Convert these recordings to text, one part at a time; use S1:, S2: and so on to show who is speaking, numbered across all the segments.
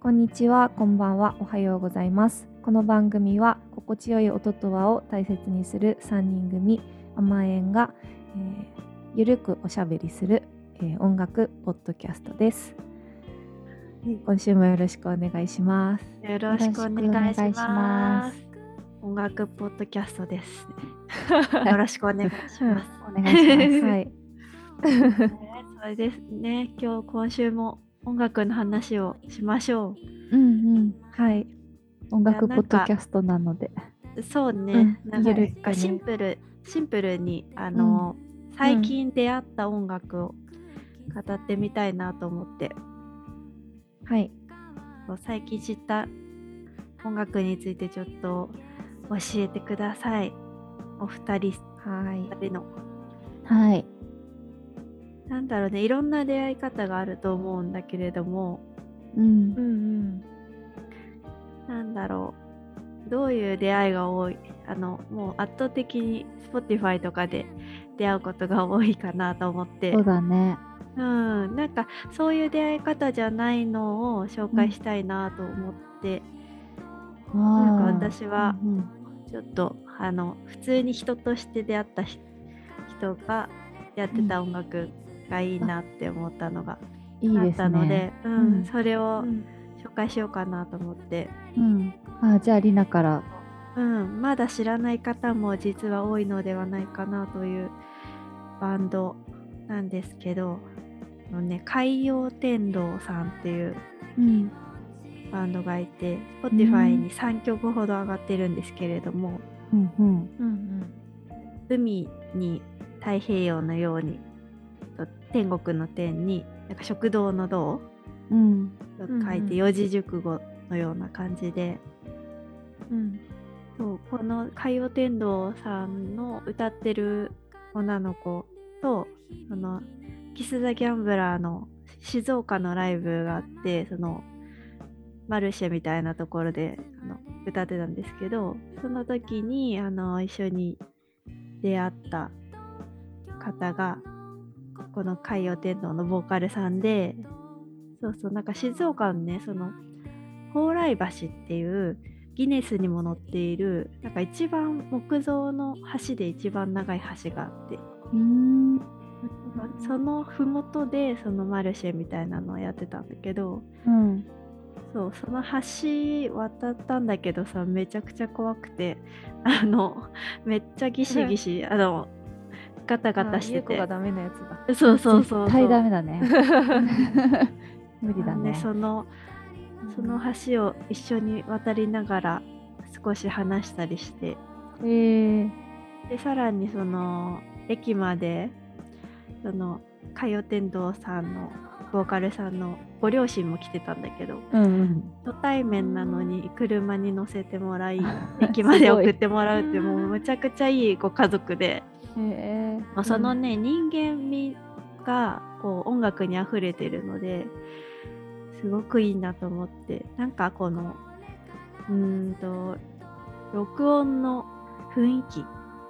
S1: こんにちは、こんばんは、おはようございます。この番組は心地よい音と和を大切にする3人組甘えんが、えーゆるくおしゃべりする、えー音楽ポッドキャストです
S2: はい。
S1: 今週もよろしくお願いします。
S2: よろしくお願いします。音楽ポッドキャストです。よろしくお願いします。
S1: お願いします。
S2: は。
S1: はい い。
S2: それですね。今日今週も音楽の話をしましょ
S1: うんうん。はい。
S3: 音楽
S2: いや
S3: ポ
S2: な
S3: ッ
S2: んか
S3: ドキャストなので。
S2: う。そうね。
S1: うん
S2: なんか
S1: ゆるっくね
S2: シンプルシンプルにあの、最近出会った音楽を語ってみたいなと思って、
S1: はい。
S2: こう最近知った音楽についてちょっと教えてください。お二人
S1: はい。
S2: 二人の
S3: はい。
S2: なんだろうねいろんな出会い方があると思うんだけれども
S3: うん
S1: う。ん
S2: なんだろうどういう出会いが多いあのもう圧倒的に Spotify とかで出会うことが多いかなと思って
S3: そうだね。
S2: うんなんかそういう出会い方じゃないのを紹介したいなと思って、なんか
S3: あー
S2: 私は
S3: うんうん
S2: ちょっとあの普通に人として出会ったひ人がやってた音楽がいいなって思ったのが
S3: いい
S2: あ
S3: で
S2: った
S3: す
S2: ので
S3: ね。
S2: う、
S3: うんん
S2: それ
S1: う
S2: を
S1: ん。
S2: 紹介しようかなと思って、
S3: うん。あ、じゃあリナから。
S2: うん、まだ知らない方も実は多いのではないかなというバンドなんですけど、あのね、海洋天童さんっていう
S3: うん。
S2: バンドがいて Spotify
S3: うん
S2: に3曲ほど上がってるんですけれども、
S3: うんうん。
S1: うんうん。
S2: 海に太平洋のようにと天国の天になんか食堂の堂
S3: うん。
S2: と
S1: んうん
S2: 書いて四字熟語のような感じで、
S1: うん。
S2: そうこの海洋天童さんの歌ってる女の子とそのキス・ザ・ギャンブラーの静岡のライブがあってそのマルシェみたいなところであの歌ってたんですけどその時にあの一緒に出会った方がこの海洋天童のボーカルさんでそうそうなんか静岡のねその蓬莱橋っていうギネスにも載っているなんか一番木造の橋で一番長い橋があって
S3: うん。
S2: その麓でそのマルシェみたいなのをやってたんだけど
S3: うん。
S2: そうその橋渡ったんだけどさめちゃくちゃ怖くてあのめっちゃギシギシあのガタガタし
S1: あゆ
S2: て
S1: うこが
S2: て
S1: ダメなやつだ。
S2: そうそうそうそ
S3: 絶対
S2: う
S3: ダメだね。無理だ
S2: なんで
S3: ね。
S2: そのその橋を一緒に渡りながら少し話したりして
S1: えー、
S2: でさらにその駅までその海洋天童さんのボーカルさんのご両親も来てたんだけど
S3: うんうん。
S2: 初対面なのに車に乗せてもらい駅まで送ってもらうってもうむちゃくちゃいいご家族で、
S3: え
S2: まあそのね、人間味がこう音楽にあふれてるのですごくいいなと思ってなんかこのうーんと録音の雰囲気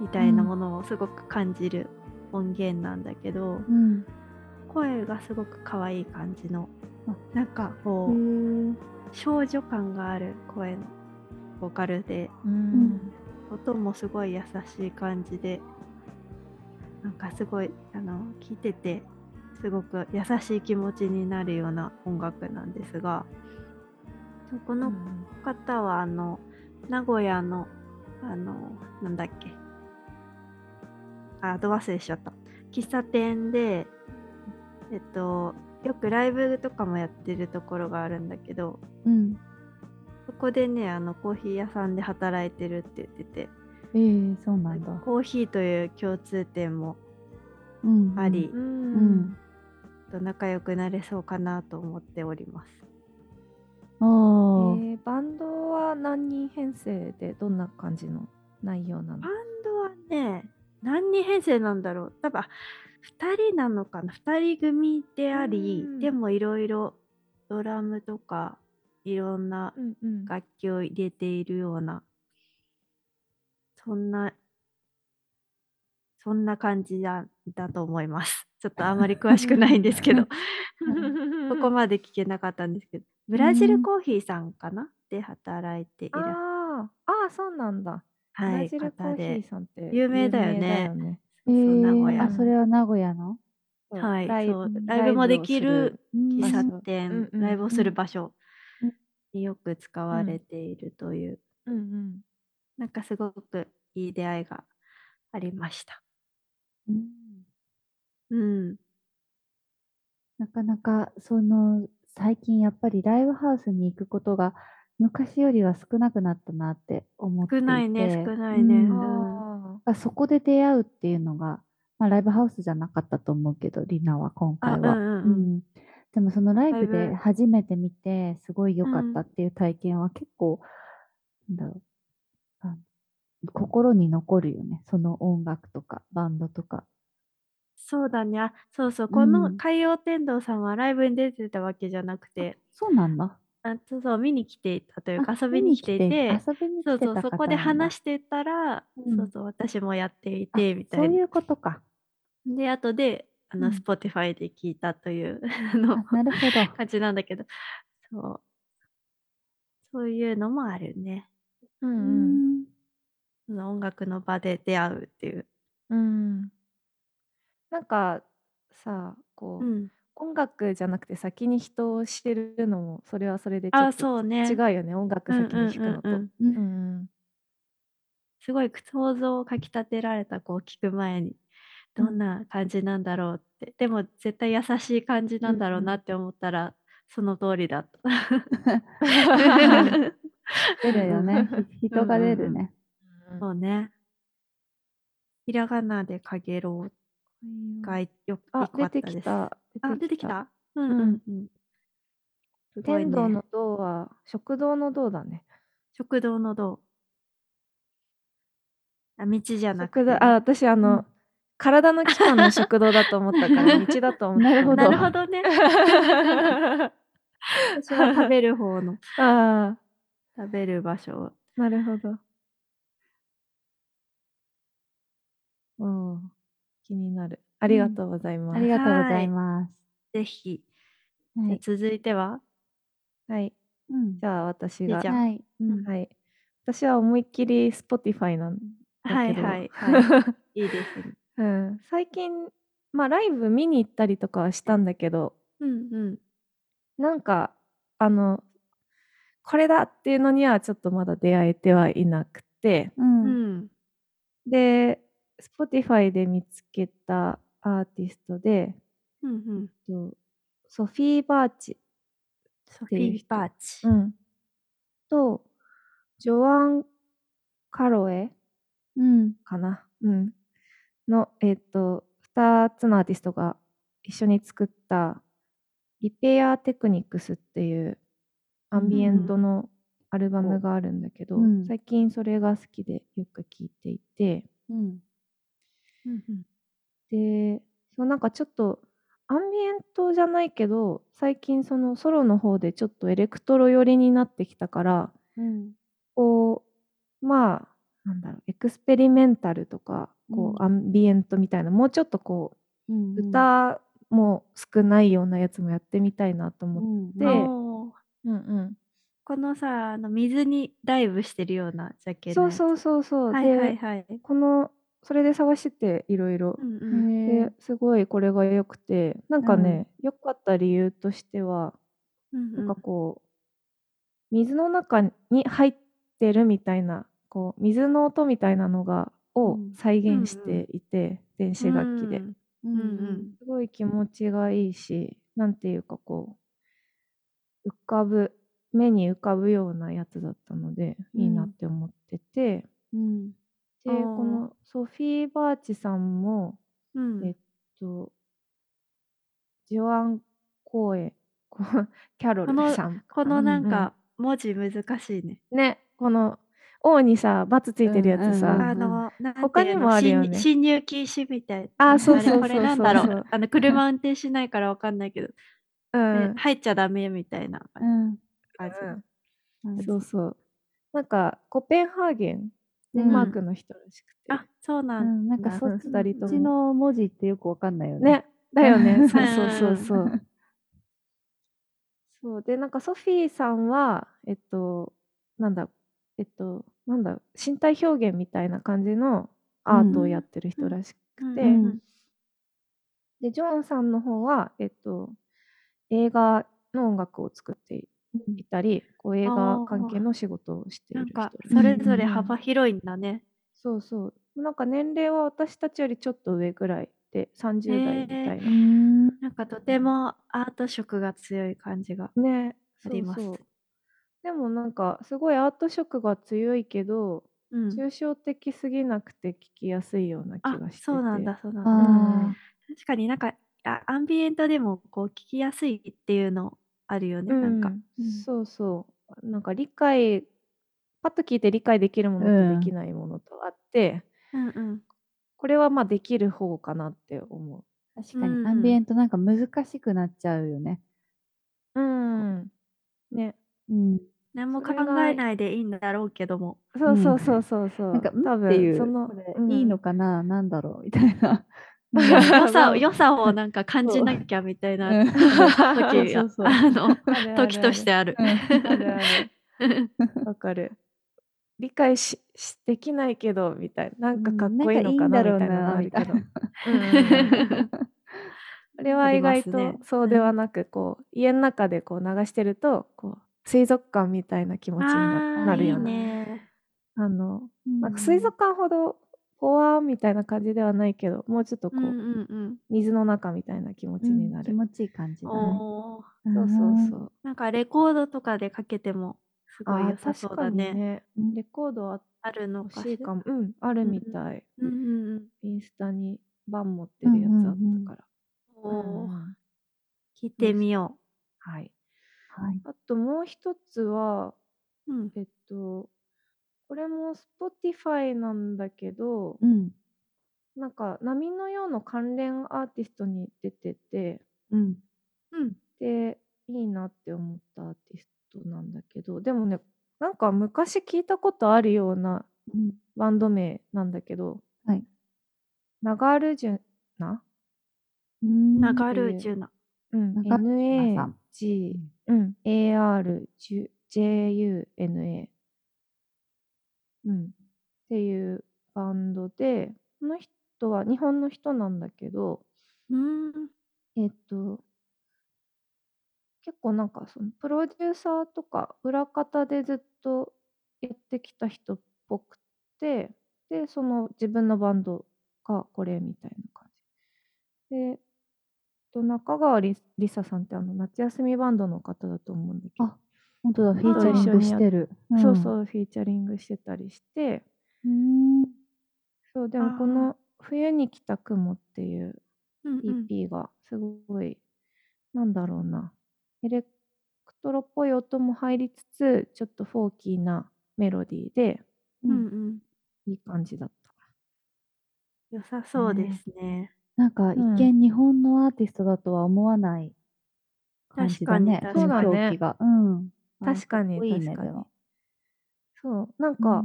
S2: みたいなものをすごく感じる音源なんだけど、
S3: うん。
S2: 声がすごく可愛い感じの
S3: あ
S2: なんかこう、
S3: うん。
S2: 少女感がある声のボーカルで
S1: うん。
S2: 音もすごい優しい感じでなんかすごいあの聴いててすごく優しい気持ちになるような音楽なんですがこの方はあの名古屋のあのなんだっけあど忘れしちゃった喫茶店でえっとよくライブとかもやってるところがあるんだけど
S3: うん。
S2: そこでねあのコーヒー屋さんで働いてるって言ってて
S3: ええ、そうなんだ。
S2: コーヒーという共通点も
S3: うんうん
S2: あ。り
S1: う、。
S3: うんん。
S2: と仲良くなれそうかなと思っております
S1: え
S3: おー。
S1: ー、バンドは何人編成でどんな感じの内容なの
S2: バンドはね何人編成なんだろう多分あ2人なのかな2人組であり
S1: うん
S2: でもいろいろドラムとかいろんな
S1: うんうん
S2: 楽器を入れているようなそんなそんな感じだだと思い ますちょっとあまり詳しくないんですけどここまで聞けなかったんですけどブラジルコーヒーさんかなで働いてい
S1: あー
S2: ら
S1: あーそうなんだ、
S2: は
S1: ブラ
S2: い
S1: ジルコ
S2: 方
S1: ーヒ
S2: で
S1: ーさんって
S2: 有名だよね
S1: 有名
S3: えー
S2: 名古屋
S3: あ、それは名古屋の
S1: だよね
S2: はい
S1: ライ
S2: そう
S1: ブ
S2: ライブもできる
S3: うん
S2: 喫
S1: 場
S2: 茶
S1: 所
S2: 店、
S1: うんうん
S2: ライブをする場所
S3: うん
S2: によく使われているという、
S1: うんうん
S2: なんかすごくいい出会いがありました。
S3: うん
S2: うん、
S3: なかなか、その、最近やっぱりライブハウスに行くことが昔よりは少なくなったなって思っていて。
S2: 少ないね少ないね
S3: う
S1: うんん、あ
S3: あそこで出会うっていうのが、まあ、ライブハウスじゃなかったと思うけど、リナは今回は。
S2: あうんうんうん
S3: んでもそのライブ
S2: ライ
S3: で
S2: ブ
S3: 初めて見て、すごい良か
S2: う
S3: っ
S2: ん
S3: たっていう体験は結構、なんだろうあ心に残るよね。その音楽とか、バンドとか。
S2: そうだね。あそうそう。
S3: うん
S2: この海洋天童さんはライブに出てたわけじゃなくて、
S3: そうなんだ。
S2: あそうそう、見に来ていたというか
S3: あ
S2: 遊びに来ていて、
S3: 遊びに来
S2: そ
S3: て
S2: う
S3: た
S2: そ
S3: 方
S2: う、そこで話
S3: し
S2: してたら、
S3: うん
S2: そうそう、私もやっていて、みた
S3: そ
S2: いうな。
S3: いうことか。
S2: で、後で、あ
S3: う
S2: の、
S3: ん
S2: Spotify で聞いたという、 あの、
S3: あなる ほど。
S2: 感じなんだけど、そう。そういうのもあるね。
S1: うんう
S3: うんん
S2: その音楽の場で出会うっていう。
S1: うん、なんかさこう、
S2: うん。
S1: 音楽じゃなくて先に人を知るのもそれはそれでちょ
S2: あ、
S1: っと
S2: そうね。
S1: 違うよね音楽
S2: うんうん
S1: 先に弾くのと。
S2: う
S1: うんん
S2: うん
S1: うん
S2: すごい想像をかきたてられたこう聞く前にどんな感じなんだろうって、でも絶対優しい感じなんだろうなって思ったら、その通りだ った。
S3: 出るよね。ひ人が出るね。
S2: そうね。ひらがなでかげろうがよよ
S1: あ
S2: か
S1: 出
S2: ってたで
S1: き
S2: す。
S1: た。
S2: あ、出てきたうん
S1: ん
S2: うんうん。すごい
S1: 天
S2: ね
S1: 童の銅は食堂の銅だね。
S2: 食堂の道。あ、道じゃなくて
S1: 食
S2: ね、
S1: 堂あ私あの、
S3: うん
S1: 体の器官の食堂だと思った から道だと思った。
S3: なるほ
S2: な
S3: ど
S2: るほどね。 私は食べる方の
S1: ああ
S2: 食べる場所を
S1: なるほど。うん気になる。ありがとうございます。
S3: ありがとうございます。
S2: ぜひ。
S3: は
S2: で
S3: い。
S2: 続いては、
S1: はい。
S3: うん
S1: じゃあ私が
S2: じゃあ
S3: はい。うん
S1: はい。私は思いっきり Spotify なん
S2: は
S1: だ
S2: い
S1: けど、
S2: はいはい。いいですね。
S1: うん、最近、まあ、ライブ見に行ったりとかはしたんだけど
S2: うんうん。
S1: なんかあのこれだっていうのにはちょっとまだ出会えてはいなくて
S3: うん
S2: うん。
S1: で Spotify で見つけたアーティストで
S2: うんうん。
S1: とソフィー・バーチ、
S2: ソフィー・バーチ。
S1: うん、とジョアン・カロエ
S3: うん。
S1: かな、うん、の、えっと2つのアーティストが一緒に作った「リペアテクニクス」っていうアンビエントのアルバムがあるんだけど、
S3: うん
S1: 最近それが好きでよく聴いていて
S3: うん。
S2: うんうん
S1: でそうなんかちょっとアンビエントじゃないけど最近そのソロの方でちょっとエレクトロ寄りになってきたから
S3: うん。
S1: こうまあなんだろうエクスペリメンタルとかこう、
S3: う
S1: アンビエントみたいなもうちょっとこう
S3: うん
S1: 歌も少ないようなやつもやってみたいなと思って、
S3: で
S1: で
S2: おー
S1: うんうん
S2: このさ、あの水にダイブしてるようなジャケット。
S1: そうそうそうそう、
S2: はいはい
S1: で
S2: はい。
S1: このそれで探してていろいろ
S2: う、んうん。
S1: ですごいこれが良くてなんかね良、かった理由としては
S2: うんう
S1: なん
S2: ん
S1: かこう、水の中に入ってるみたいなこう水の音みたいなのが
S3: う
S1: を
S3: ん
S1: 再
S2: うんうん
S1: 現していて、電子楽器で、
S2: うん
S3: う
S2: うん
S3: ん
S1: すごい気持ちがいいし、なんていうかこう、浮かぶ、目に浮かぶようなやつだったので、
S3: うん
S1: いいなって思ってて、
S3: うん
S2: あ
S1: で、
S2: ー
S1: このソフィー・バーチさんも、
S2: うん
S1: えっと、ジョアン・コーエ、こう キャロルさんか
S2: こ
S1: な。
S2: のな
S1: うんう
S2: か、文字難しいね。
S1: ね、この、王にさ、バツついてるやつさ、
S3: うんうんうん
S2: あの、なんていうの
S1: 他にもあるよね
S2: 侵入侵入禁止みたいな。
S1: あーそう
S2: れ
S1: そう
S2: これ
S1: そう
S2: なんだろ
S1: そうそう
S2: う。あの、車運転しないからわかんないけど、
S1: うん
S2: ね入っちゃダメみたいな
S3: う
S2: 感
S3: ん
S2: じ。
S3: うん
S1: そうそう。なんか、コペンハーゲン、デンマークの人らしくて。
S2: あ、そうな
S3: うん
S2: だ。
S3: んなんかそっ
S1: 二人とも
S3: ちの文字ってよくわかんないよね。
S1: ね、だよ
S3: う
S1: ね。
S3: ん
S1: そうそうそうそう。そうでなんかソフィーさんはえっとなんだえっとなんだ身体表現みたいな感じのアートをやってる人らしくて、
S2: うん
S3: うん
S1: でジョンさんの方はえっと映画の音楽を作っていたりこう映
S2: あ
S1: 画
S2: ー
S1: 関係の仕事をしてい
S2: な
S1: る
S2: ん
S1: 人ら
S2: か
S1: しい
S2: それぞれ
S3: うんうんうん
S2: 幅広いんだね。
S1: そうそうなんか年齢は私たちよりちょっと上ぐらいで30代みたいな、
S2: へ
S3: うん
S2: なんかとてもアート色が強い感じが。
S1: ね
S2: あります
S1: そうそうでもなんかすごいアート色が強いけど、
S2: うん、
S1: 抽象的すぎなくて聞きやすいような気
S2: あ
S1: がしてて
S2: そうなんだそうなんだ。
S3: ああ、
S2: 確かになんかあアンビエントでもこう聞きやすいっていうのあるよね、
S1: う
S2: なん
S1: ん
S2: か。
S3: うん
S1: そうそうなんか理解パッと聞いて理解できるもの
S3: う
S1: と
S3: ん
S1: できないものとあって、
S2: うんうん。
S1: これはまあできる方かなって思
S3: 確か
S2: うん
S3: にアンビエントなんか難しくなっちゃうよね。
S1: ううんね
S3: うん。
S2: 何も
S1: そ
S2: 考
S1: れが
S2: えないでいいんだろうけども。
S1: そうそうそうそうそう、
S3: なんか、うん
S1: 多分
S3: っていう、
S1: その
S3: これ
S1: うん
S3: いいのかな、なんだろうみたい な。
S2: 良
S1: ま
S2: さ
S1: あ
S2: 良さをなんか感じなきゃみたいな時が
S3: そうそう
S2: あの
S1: あるあるある
S2: 時としてある。
S1: あるある わかる。理解ししできないけどみたいななんかかっこいいのかなみたいなのあるけど。うんうんこれは意外
S2: あります
S1: と
S2: ね
S1: そうではなくこう家の中でこう流してるとこう水族館みたいな気持ちに
S2: あ
S1: な
S2: ー
S1: なるよ
S2: いい
S1: ね。
S2: ね。
S1: あの
S3: な
S1: なんか水族館ほどポワーみたいな感じではないけどもうちょっとこ
S2: う
S1: う、
S2: んうんうん。
S1: 水の中みたいな気持ちにな
S3: 気
S1: る。
S3: 持ちいい感じだね。
S2: おー
S1: そうそうそう。
S2: なんかレコードとかでかけてもすごい
S1: あ
S2: 良
S1: ー
S2: さそ
S1: 確
S2: う
S1: か
S2: だ
S1: に
S2: ね。
S1: ね。
S3: うん
S1: レコードは
S2: あるのか
S1: 欲
S2: しら
S1: しいかも。うんあるみたい。
S2: うんうんうん。
S1: インスタに版持ってるやつあったから。
S2: お
S1: う
S2: ー
S1: んうん
S2: 聞いてみよ
S1: はい。
S3: うん。はい。
S1: あともう一つは、
S2: う。うん。
S1: えっと、これも Spotify なんだけど、
S3: うん。
S1: なんか波のようの関連アーティストに出てて、
S3: うん。
S2: うん。
S1: で、いいなって思ったアーティストなんだけど、でもね、なんか昔聞いたことあるような
S3: うん。
S1: バンド名なんだけど、
S3: はい。
S1: ナガールジュナ
S3: うん
S2: ナガルジュナ。
S1: うん、
S3: 中島さん
S1: NAG、うん、ARJUNA、うん、っていうバンドで、この人は日本の人なんだけど、
S2: うん。
S1: えっと、結構なんかそのプロデューサーとか裏方でずっとやってきた人っぽくて、で、その自分のバンドがこれみたいな感じ。で、えっと中川りりささんってあの夏休みバンドの方だと思うんだけど、
S3: あ本当だ、フィーチャリングしてる。。
S1: そうそうう、フィーチャリングしてたりして、
S3: うん。
S1: そう、で
S2: あ
S1: も
S2: ー
S1: この冬に来た雲っていう
S2: うんうん
S1: EP がすごい、なんだろうなエレクトロっぽい音も入りつつちょっとフォーキーなメロディーで
S2: うんうん。
S1: いい感じだった。
S2: 良さそうですね。
S3: なんか、一
S1: うん
S3: 見日本のアーティストだとは思わない感じだね。
S2: 確かに
S1: 確かに
S3: 表記が。うん。
S1: 確かに
S3: あかっこいいね
S1: 確か
S3: で
S1: に
S3: も。
S1: そうなんか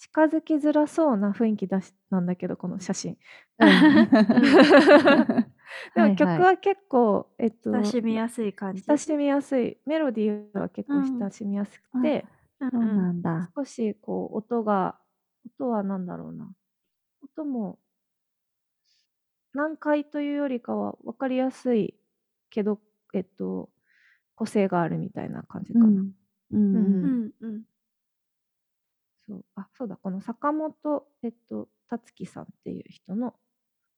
S1: 近づきづらそうな雰囲気出しなんだけどこの写真。 でも曲は結構、えっと
S2: 親しみやすい感じ。
S1: 親しみやすいメロディーは結構
S2: うん
S1: 親しみやす
S3: あ
S1: くて、
S2: うん
S3: そう
S2: うん
S3: なんだ。
S1: 少しこう音が音は何だろうな音も難解というよりかは分かりやすいけどえっと個性があるみたいな感じかな、
S3: うん。うん。
S1: う
S2: うんんうん。
S1: そうあそうだこの坂本えっと達樹さんっていう人の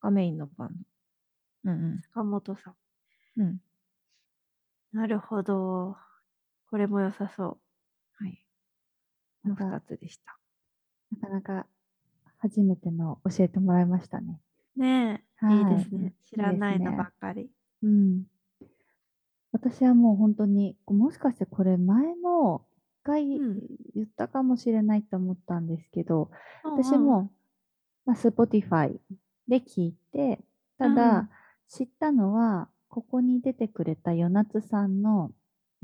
S1: がメインのバンドうん
S2: 坂本さ
S1: うんうん
S2: ん。なるほど。これも良さそ
S1: はいこの
S3: なんか
S1: 2つでした
S3: なかなか初めての教えてもらいましたね。
S2: う。ねえ。
S3: はい
S2: いいですね。知らない
S3: いいです
S2: の
S3: ね
S2: ばっかり。
S3: うん。私はもう本当に、こうもしかしてこれ前の一回
S2: うん
S3: 言ったかもしれないと思ったんですけど、
S2: うんうん
S3: 私。も、まあ、Spotify で聞いて、ただ、
S2: うん
S3: 知ったのは、ここに出てくれた与那津さんの、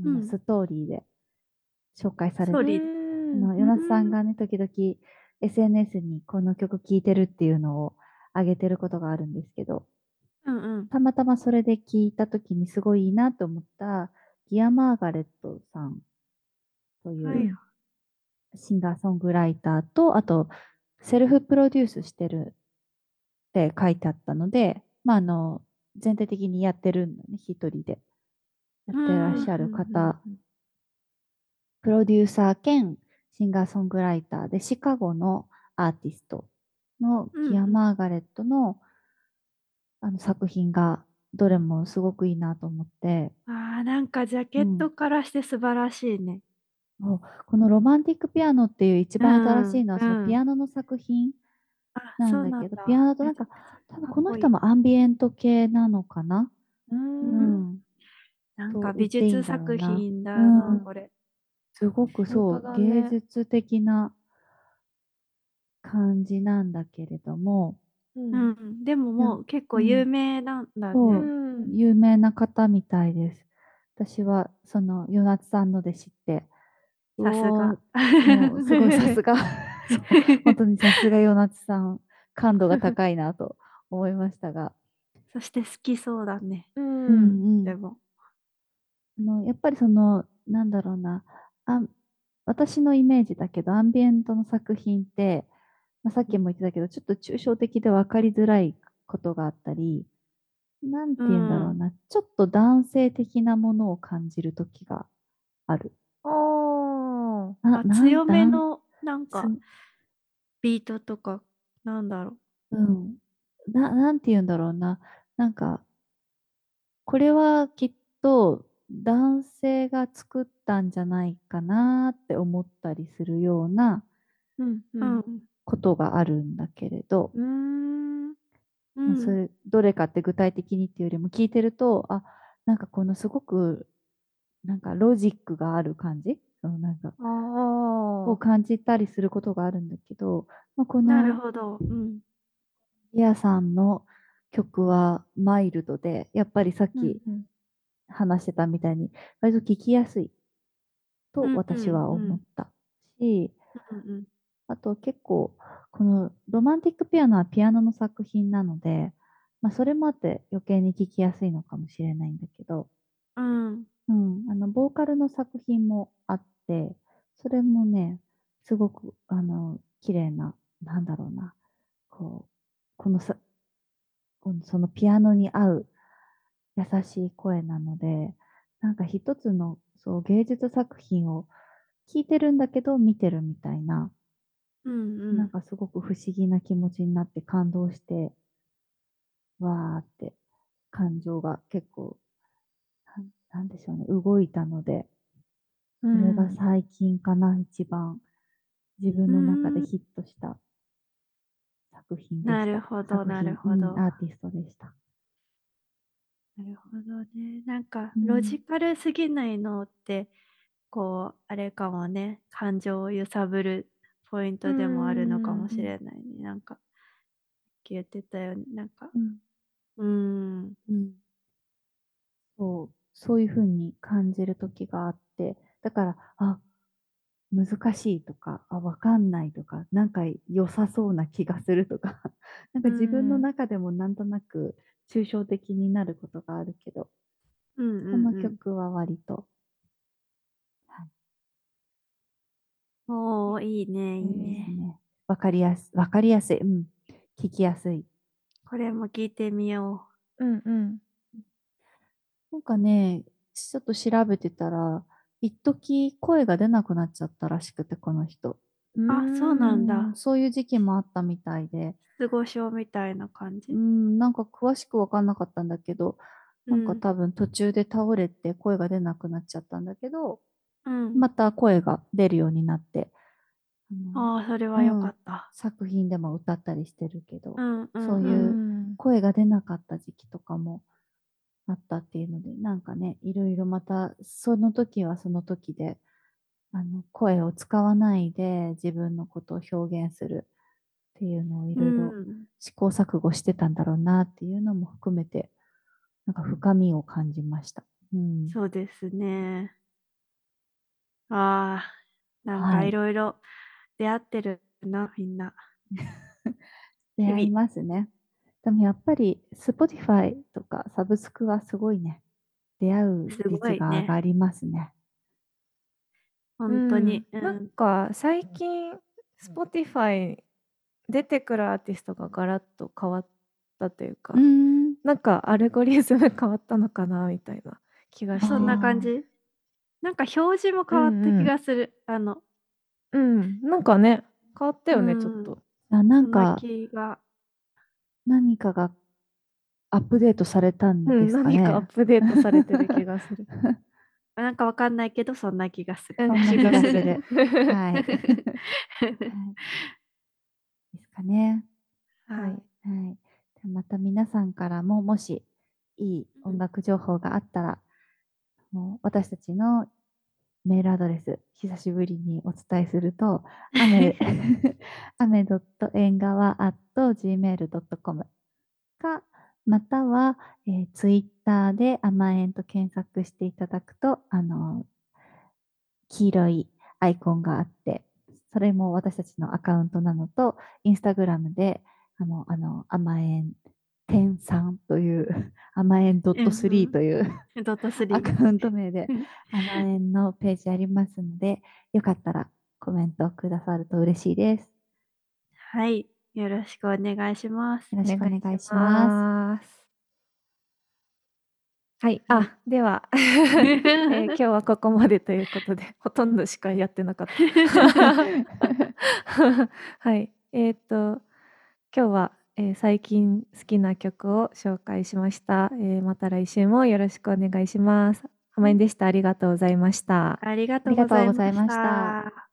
S3: あの
S2: うん
S3: ストーリーで紹介さ
S2: ス
S3: れ
S2: トー
S3: て
S2: リー
S3: あの、
S1: う
S3: ヨナスさんがね、時々 SNS にこの曲聴いてるっていうのを上げてることがあるんですけど、
S2: うんうん。
S3: たまたまそれで聴いた時にすごいいいなと思ったギア・マーガレットさんとい
S2: は
S3: う
S2: い。
S3: シンガーソングライターと、あとセルフプロデュースしてるって書いてあったので、まあ、あの全体的にやってるんだね一人でやってらっしゃる方プロデューサー兼シンガーソングライターでシカゴのアーティストの
S2: うんうん
S3: ギア・マーガレットの,、あの作品がどれもすごくいいなと思って
S2: あーなんかジャケットからして素晴らしいね。
S3: この「ロマンティック・ピアノ」っていう一番新しいのは、
S2: うんうん
S3: そのピアノの作品
S2: あ、
S3: な
S2: そうん
S3: だ
S2: な
S3: け
S2: ん
S3: ど
S2: だ。
S3: ピアノとなんか多分この人もアンビエント系なのかな、
S1: う。
S3: うんん、
S2: なんか美術作品だ
S3: う、
S2: なんこれ。
S3: すごくそ
S1: 本
S3: う
S1: 当、だね
S3: 芸術的な感じなんだけれども
S1: う。
S2: うんん。でももう結構有名なんだ
S3: う
S1: うん
S2: ね。
S1: ん。
S3: 有名な方みたいです私はその与那津さんので知って
S2: さすが
S3: う。おーもうすごいさ すがそう本当にさすが与那津さん感度が高いなと思いましたが、
S2: そして好きそうだね。
S3: う
S1: うん。
S3: んうん、
S2: でも。
S3: あのやっぱりそのなんだろうなあ私のイメージだけどアンビエントの作品って、まあ、さっきも言ってたけどちょっと抽象的で分かりづらいことがあったりなんて言うんだろうな、ちょっと男性的なものを感じる時がある。
S1: あ
S3: な
S2: あ
S3: なん
S2: 強め
S3: 男
S2: のなんか
S3: つ
S2: ビートとかなんだろ
S3: うん、ななんて言うんだろうななんかこれはきっと男性が作ったんじゃないかなって思ったりするような
S1: ー。うん。
S2: う。
S1: う
S2: うん
S1: ん。。
S3: ことがあるんだけれど、
S2: うーん。う
S3: まあそ
S2: ん。
S3: れどれかって具体的にっていうよりも聞いてるとあなんかこのすごくなんかロジックがある感じそのなんか
S1: あ
S3: を
S1: あ。
S3: 感じたりすることがあるんだけど、まあ、こ
S2: なる
S3: の
S2: ほど。うん。
S3: リアさんの曲はマイルドでやっぱりさっ
S1: うん
S3: き話してたみたいに割と聞きやすいと
S2: うんうん
S3: 私は思ったし、
S2: うんうん
S3: あと結構このロマンティックピアノはピアノの作品なので、まあ、それもあって余計に聴きやすいのかもしれないんだけど、
S2: うん。
S3: うん、あのボーカルの作品もあってそれもねすごくあの綺麗ななんだろうなこうこのさこのそのピアノに合う優しい声なのでなんか一つのそう芸術作品を聴いてるんだけど見てるみたいな。
S2: うんう
S3: なん
S2: ん。
S3: かすごく不思議な気持ちになって感動して、わーって感情が結構、なんなんでしょうね、動いたので、
S1: う
S3: それが
S1: ん
S3: 最近かな、一番自分の中で
S2: うん
S3: ヒットした作品でした。
S2: なるほど、
S3: 作
S2: なる
S3: 品
S2: ほど。
S3: うんアーティストでした。
S2: なるほどね。なんか
S3: うん
S2: ロジカルすぎないのって、こうあれかもね感情を揺さぶるポイントでもあるのかもしれないね。なんかさっき言ってたようになんか
S3: う
S2: う
S3: ん
S2: ーん
S3: うん、そうそういうふうに感じる時があってだからあ難しいとかあ分かんないとかなんか良さそうな気がするとか なんか自分の
S2: うん
S3: 中でもなんとなく抽象的になることがあるけど、
S2: うんう
S3: こ
S2: ん、う
S3: の
S2: ん、
S3: 曲は割と、
S2: おーいいねいい
S3: そうです
S2: ね。
S3: ね分かりやす分かりやすい、うん、聞きやすい
S2: これも聞いてみよ
S1: うんうん。
S3: なんかねちょっと調べてたら一時声が出なくなっちゃったらしくてこの人
S2: あそうなんだ
S3: うんそういう時期もあったみたいで、
S2: う。過ごしみたいな感じ。
S3: うん、なんか詳しく分かんなかったんだけど、なん
S2: う
S3: か
S2: ん
S3: 多分途中で倒れて声が出なくなっちゃったんだけど、
S2: うん、
S3: また声が出るようになって、あの
S2: ああそれはよかった。
S3: 作品でも歌ったりしてるけど、
S2: うんうん、
S3: そうい
S1: うん
S3: う
S1: うん。
S3: 声が出なかった時期とかもあったっていうので、なんかね、いろいろまたその時はその時で、あの声を使わないで自分のことを表現するっていうのをいろいろ、
S2: うん
S3: 試行錯誤してたんだろうなっていうのも含めてなんか深みを感じました。うん、
S2: そうですね。ああ、なん
S3: は
S2: か
S3: い
S2: いろいろ出会ってるな、みんな。
S3: 出会いますね。でもやっぱり Spotify とかサブスクはすごいね。出会う
S2: すごい
S3: 率が
S2: ね
S3: 上がりますね。
S2: 本当に。
S1: うん
S2: う
S1: なん
S2: ん
S1: か最近 Spotify 出てくるアーティストがガラッと変わったというか、
S3: ん、
S1: なんかアルゴリズム変わったのかなみたいな気がして
S2: そんな感じ。なんか表示も変わった気がする。あの、
S1: うんなんかね変わったよね、
S2: うん
S1: ちょっと
S3: あな
S2: そ
S3: ん
S2: んな
S3: か
S2: 気が。
S3: 何かがアップデートされたん
S1: うん
S3: ですかね。
S1: 何かアップデートされてる気がする。
S2: なんかわかんないけど、 そんな気がする。
S1: うん
S3: な気がす るはい。はいですかね。
S1: は
S2: はいい。
S3: はい。じゃあまた皆さんからも、もしいい音楽情報があったら、もう私たちのメールアドレス、久しぶりにお伝えすると、ア メアメドット縁側 at gmail.com か、または、えー、ツイッターで甘えんと検索していただくと、あの黄色いアイコンがあって、それも私たちのアカウントなのと、インスタグラムで、あの、あの、甘えん点3という、 甘えんドット
S2: うんう
S3: 3
S2: ん
S3: という
S2: ドットスリ
S3: ア
S2: ー。
S3: カウント 名で
S2: うん、
S3: 甘えんのページありますので、よかったらコメントをくださると嬉しいです。
S2: はい。よろしくお願いします。
S3: よろしくお願いします。
S1: す。はい、あ、では、えー今日はここまでということで、 ほとんど司会やってなかった。はい、えっ、と、今日は、えー最近好きな曲を紹介しました、えーまた来週もよろしくお願いします。浜井でした。ありがとうございました。
S2: ありがと
S3: あ
S2: う
S3: りが
S2: ござ
S3: とう
S2: いま
S3: ございました
S2: した。